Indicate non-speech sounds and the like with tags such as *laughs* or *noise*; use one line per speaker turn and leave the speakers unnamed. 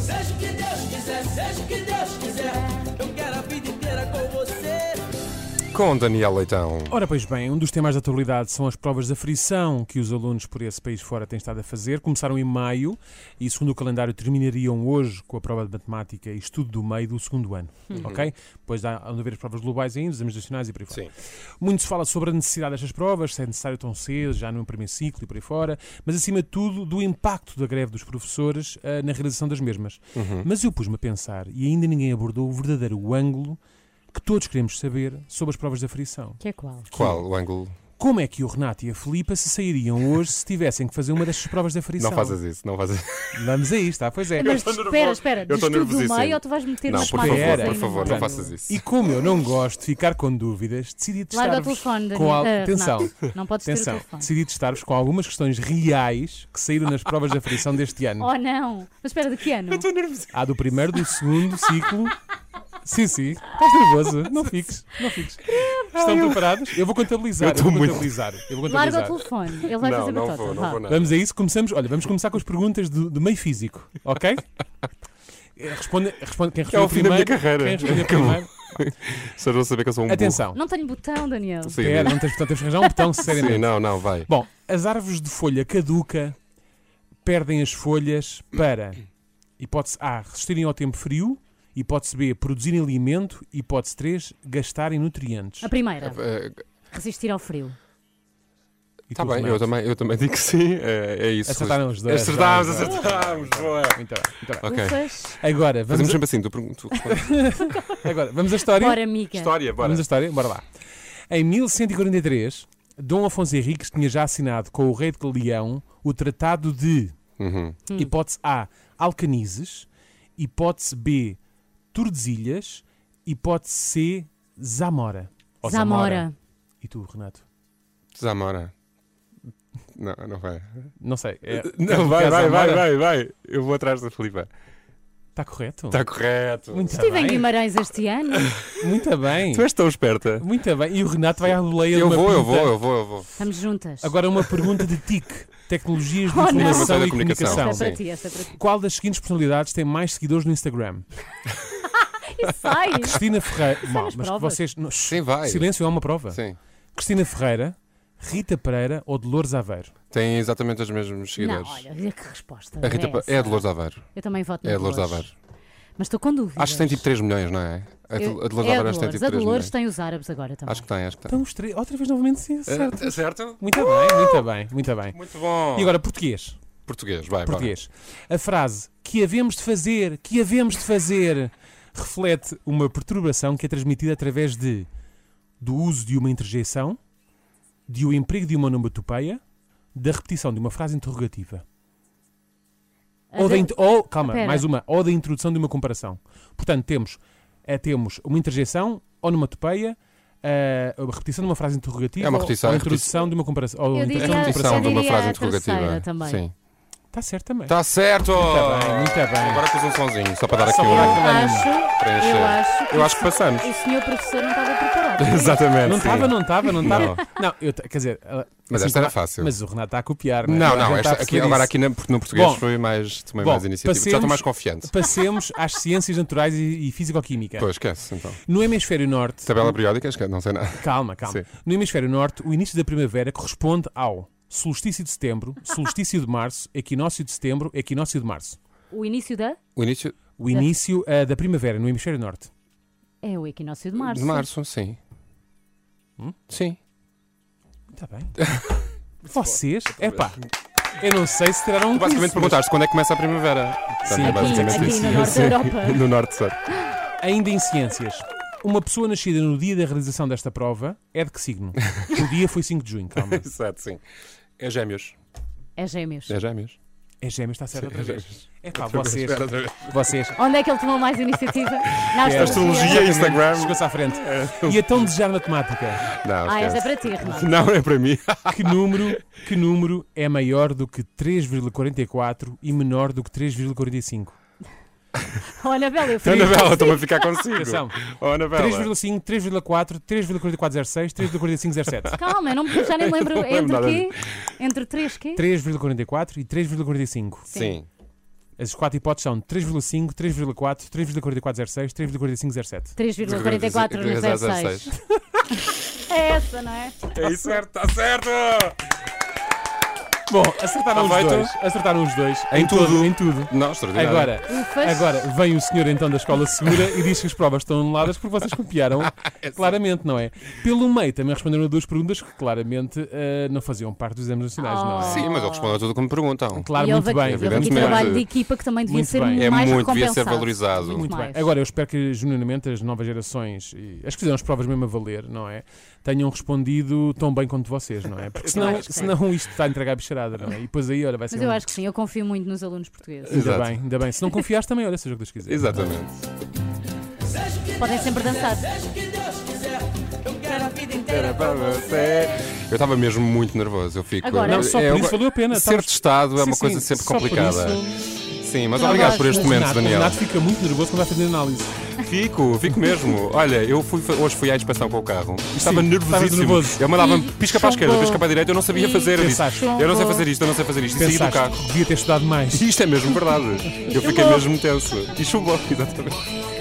Seja o que Deus quiser, seja o que Deus quiser, eu quero a vida inteira com você.
Com Daniel Leitão.
Ora, pois bem, um dos temas da atualidade são as provas de aflição que os alunos por esse país fora têm estado a fazer. Começaram em maio e, segundo o calendário, terminariam hoje com a prova de matemática e estudo do meio do segundo ano.
Uhum.
Ok? Pois há há de haver as provas globais ainda, os exames nacionais e por aí fora.
Sim.
Muito se fala sobre a necessidade destas provas, se é necessário tão cedo, já no primeiro ciclo e por aí fora, mas acima de tudo do impacto da greve dos professores ah, na realização das mesmas.
Uhum.
Mas eu pus-me a pensar, e ainda ninguém abordou o verdadeiro ângulo que todos queremos saber sobre as provas da aflição.
Que é qual?
Qual o ângulo?
Como é que o Renato e a Filipa se sairiam hoje se tivessem que fazer uma destas provas da aflição?
Não fazes isso, não fazes
Vamos a isto, ah, pois é.
Mas
tô
espera,
nervoso.
espera,
Eu tô
diz tudo do
nervosíssimo.
meio ou tu vais meter
Não,
os é
por
mapas
favor,
aí
por
no-
favor, não
no-
faças isso.
E como eu não gosto de ficar com dúvidas, decidi
Larga o
testar-vos
telefone,
com
Daniel.
a...
Eh,
Atenção,
Renato, Não podes ter o
atenção.
telefone.
Decidi testar-vos com algumas questões reais que saíram nas provas da aflição deste ano.
Oh não! Mas espera, de que ano?
Há do primeiro, do segundo ciclo. Sim, sim. Estás nervoso? Não fiques, não fiques. Estão preparados? Eu vou contabilizar.
Eu
Eu, vou
tô muito-
contabilizar. Eu vou
Larga o
contabilizar.
telefone. Ele vai
Não,
fazer
não
batota.
vou,
assim vá.
não vou nada.
Vamos a isso, começamos. Olha, vamos começar com as perguntas do, do meio físico,
*laughs*
ok? Eh, Responde, responde quem
É
responder
o fim da minha
primeiro.
carreira. é
Quem responder
Acabou.
primeiro.
Só não saber que eu sou um burro.
Atenção.
Não tenho botão, Daniel.
Sim,
Pera, não tens, portanto, temos que arranjar um botão,
*laughs* Sim,
seriamente.
não, não, vai.
Bom, as árvores de folha caduca perdem as folhas para hipótese A, resistirem ao tempo frio, hipótese B, produzirem alimento, hipótese 3, gastarem nutrientes.
A primeira,
Eh,
resistir ao frio.
E
Tá
tu,
bem,
Renato?
eu também, eu também digo que sim. É, é isso.
Acertaram os dois.
Acertámos,
Vamos, vamos.
acertámos. Boa.
Muito bem, muito bem.
Ok.
Ufas.
Agora, vamos,
Fazemos sempre assim, tu, pergun- tu respondes.
a- agora, vamos à história.
Bora, amiga.
História, bora.
Vamos à história? Bora lá. Em 1143, Dom Afonso Henriques tinha já assinado com o rei de Leão o Tratado de
Uhum.
Hum.
hipótese A, Alcanizes, hipótese B, Tordesilhas, hipótese C, Zamora. Ou
Zamora.
E tu, Renato?
Zamora. Não, não vai.
Não sei. é-
Uh, Não, vai, vai, vai, vai, vai. Eu vou atrás da Filipa.
Está Tá correto?
Está Tá correto.
Muito
Estive em
Tá bem.
Guimarães este ano.
Muito bem.
Tu és tão esperta.
Muito bem. E o Renato vai à boleia de
Eu
uma
vou, eu
pinta.
vou, eu vou, eu vou.
Estamos juntas.
Agora uma pergunta de TIC. Tecnologias de
Oh, não.
Informação
Informação
e
e Comunicação.
Comunicação.
esta é
sim.
para ti, esta é para ti.
Qual das seguintes personalidades tem mais seguidores no Instagram?
*laughs* E sai!
Cristina Ferreira. Mal,
nas
mas
provas.
vocês. não, shh,
Sim, vai.
Silêncio é uma prova.
Sim.
Cristina Ferreira, Rita Pereira ou Dolores Aveiro?
Tem exatamente os mesmos seguidores.
Não, olha, que resposta.
A Rita
é,
Pa-
essa?
é a Dolores Aveiro.
Eu também voto na
É a Dolores
Dolores.
Aveiro.
Mas estou com dúvidas.
Acho que tem tipo 3 milhões, não é? A
Eu-
Dol- a
é
Dolores Aveiro
a
acho que tem
Dolores.
tipo
A
3
Dolores
milhões.
tem os árabes agora também.
Acho que tem, acho que tem.
Então, os três- outra vez novamente, sim,
Eh,
certo.
É- é certo?
Muito
uh!
bem, muito bem, muito bem.
Muito bom.
E agora, português.
Português, vai,
Português. A frase que havemos de fazer, que havemos de fazer, reflete uma perturbação que é transmitida através de do uso de uma interjeição, de o emprego de uma onomatopeia, da repetição de uma frase interrogativa.
A
Ou, da
de-
int- ou- calma,
Espera.
mais uma, ou da introdução de uma comparação. Portanto, temos, é, temos uma interjeição, onomatopeia, eh, a repetição de uma frase interrogativa
É uma repetição,
ou a
é
introdução de uma comparação. ou
Eu
introdução
É
de
diria-
uma
eu
repetição de uma
diria
frase
a terceira
interrogativa.
também.
Sim.
Está certo também.
Está certo!
Muito bem, muito bem.
Tá Agora pus um sonzinho, só para dar aqui
Só
um.
para
Eu
*laughs*
Aquela
acho,
preencher.
eu acho que
Eu acho que passamos.
o senhor professor não
*laughs*
estava preparado. para isso.
Exatamente.
um- Não
sim.
estava, não estava, não estava.
é assim. Não.
Não, eu, t- quer dizer. ela-
Mas
assim,
esta era
tá-
fácil.
Mas o Renato está a copiar, né?
Não,
A
não,
gente
esta-
está a
aqui,
perceber
agora
isso.
aqui na- porque no português
Bom,
foi mais, tomei
bom,
mais iniciativa. Já estou
passemos-
mais confiante.
Passemos às ciências naturais e, e físico-química.
Pois, esquece então.
No hemisfério norte.
Tabela periódica, esquece, não sei nada.
Calma, calma.
Sim.
No hemisfério norte, o início da primavera corresponde ao solstício de setembro, solstício de março, equinócio de setembro, equinócio de março.
O início da.
O início
O início ah, da primavera no hemisfério norte.
É o equinócio de março.
de março, sim. Sim.
Está Tá bem. Vocês. Epá. Eu não sei se tiraram um
Tu basicamente
quiz, mas-
perguntaste quando é que começa a primavera. Portanto,
Sim.
é
Aqui,
basicamente
aqui
isso.
no norte da
*laughs* Sim.
Europa.
No norte, certo.
Ainda em ciências, uma pessoa nascida no dia da realização desta prova é de que signo? O dia foi 5 de
*laughs*
junho, calma.
Exato, sim. É gêmeos.
É gêmeos.
É gêmeos.
É gêmeo, está certo outra
É
vez.
gêmeos.
É pá, vocês, vocês,
Onde é que ele tomou mais iniciativa? Na
É,
astrologia.
Astrologia, Instagram.
chegou-se à frente. E a tão desejar matemática,
Não,
Ah, esta é
esquece.
para ti,
*laughs*
Renato.
Não, é para mim.
que número, que número é maior do que 3,44 e menor do que 3,45?
Olha, Bela, eu fui.
Anabela, estou-me a ficar consigo.
Atenção.
Oh, Anabela.
3,5, 3,4, 3,4406, 3,4507.
Calma, eu não, já nem me lembro
lembro
entre
nada
quê? Entre três quê?
3,44 e 3,45.
Sim.
As quatro hipóteses são 3,5, 3,4, 3,4406, 3,4507.
3,4406. É essa, não é?
É isso certo, está certo!
Bom,
Tá
acertaram os
feito.
dois. Acertaram os dois.
Em tudo.
Em tudo.
Não, extraordinário.
Agora,
Ufas.
agora, vem o senhor então da escola segura e diz que as provas estão anuladas porque vocês
*laughs*
copiaram
assim.
claramente, não é? Pelo meio também responderam a duas perguntas que claramente eh, não faziam parte dos exames nacionais, não é?
Sim, mas eu respondo a tudo o que me perguntam.
Claro,
Oh. e
muito
houve,
bem.
aqui- houve aqui
evidentemente.
trabalho de equipa que também devia
Muito
ser
bem.
É
mais
muito, devia ser
recompensado.
valorizado.
Muito,
Muito bem.
mais.
Agora, eu espero que, genuinamente, as novas gerações, e as que fizeram as provas mesmo a valer, não é? Tenham respondido tão bem quanto vocês, não é? Porque senão,
acho que sim.
senão isto está a entregar a bicharada, não é? E depois aí, olha, vai ser.
Mas eu
um-
acho que sim, eu confio muito nos alunos portugueses.
Ainda
Exato.
bem, ainda bem. Se não confiares, também, olha, seja o que Deus quiser.
Exatamente.
Podem sempre dançar.
Seja o que Deus quiser, eu quero a vida inteira
Era para você. Eu estava mesmo muito nervoso. Eu fico.
Agora-
Não, só por
eu-
isso valeu a pena.
Ser
Estávamos-
testado é
Sim,
uma
sim,
coisa sempre
só por
complicada.
isso.
Sim, mas
Não
obrigado
gosto.
por este
O
O
momento,
Renato, o
Daniel.
Renato fica muito nervoso quando vai fazer análise.
Fico, fico mesmo. Olha, eu fui, hoje fui à inspeção com o carro. E Estava
Sim, estavas
nervosíssimo.
nervoso.
Eu mandava
E
pisca para a esquerda,
chumbou.
pisca para a direita, eu não sabia
E
fazer. Eu disse,
pensaste.
eu não sei
chumbou.
fazer isto, eu não sei fazer isto. E saí do
Pensaste,
carro.
devia ter estudado mais.
E isto é mesmo verdade. Eu fiquei
chumbou.
mesmo tenso. E chumbou, *laughs* exatamente.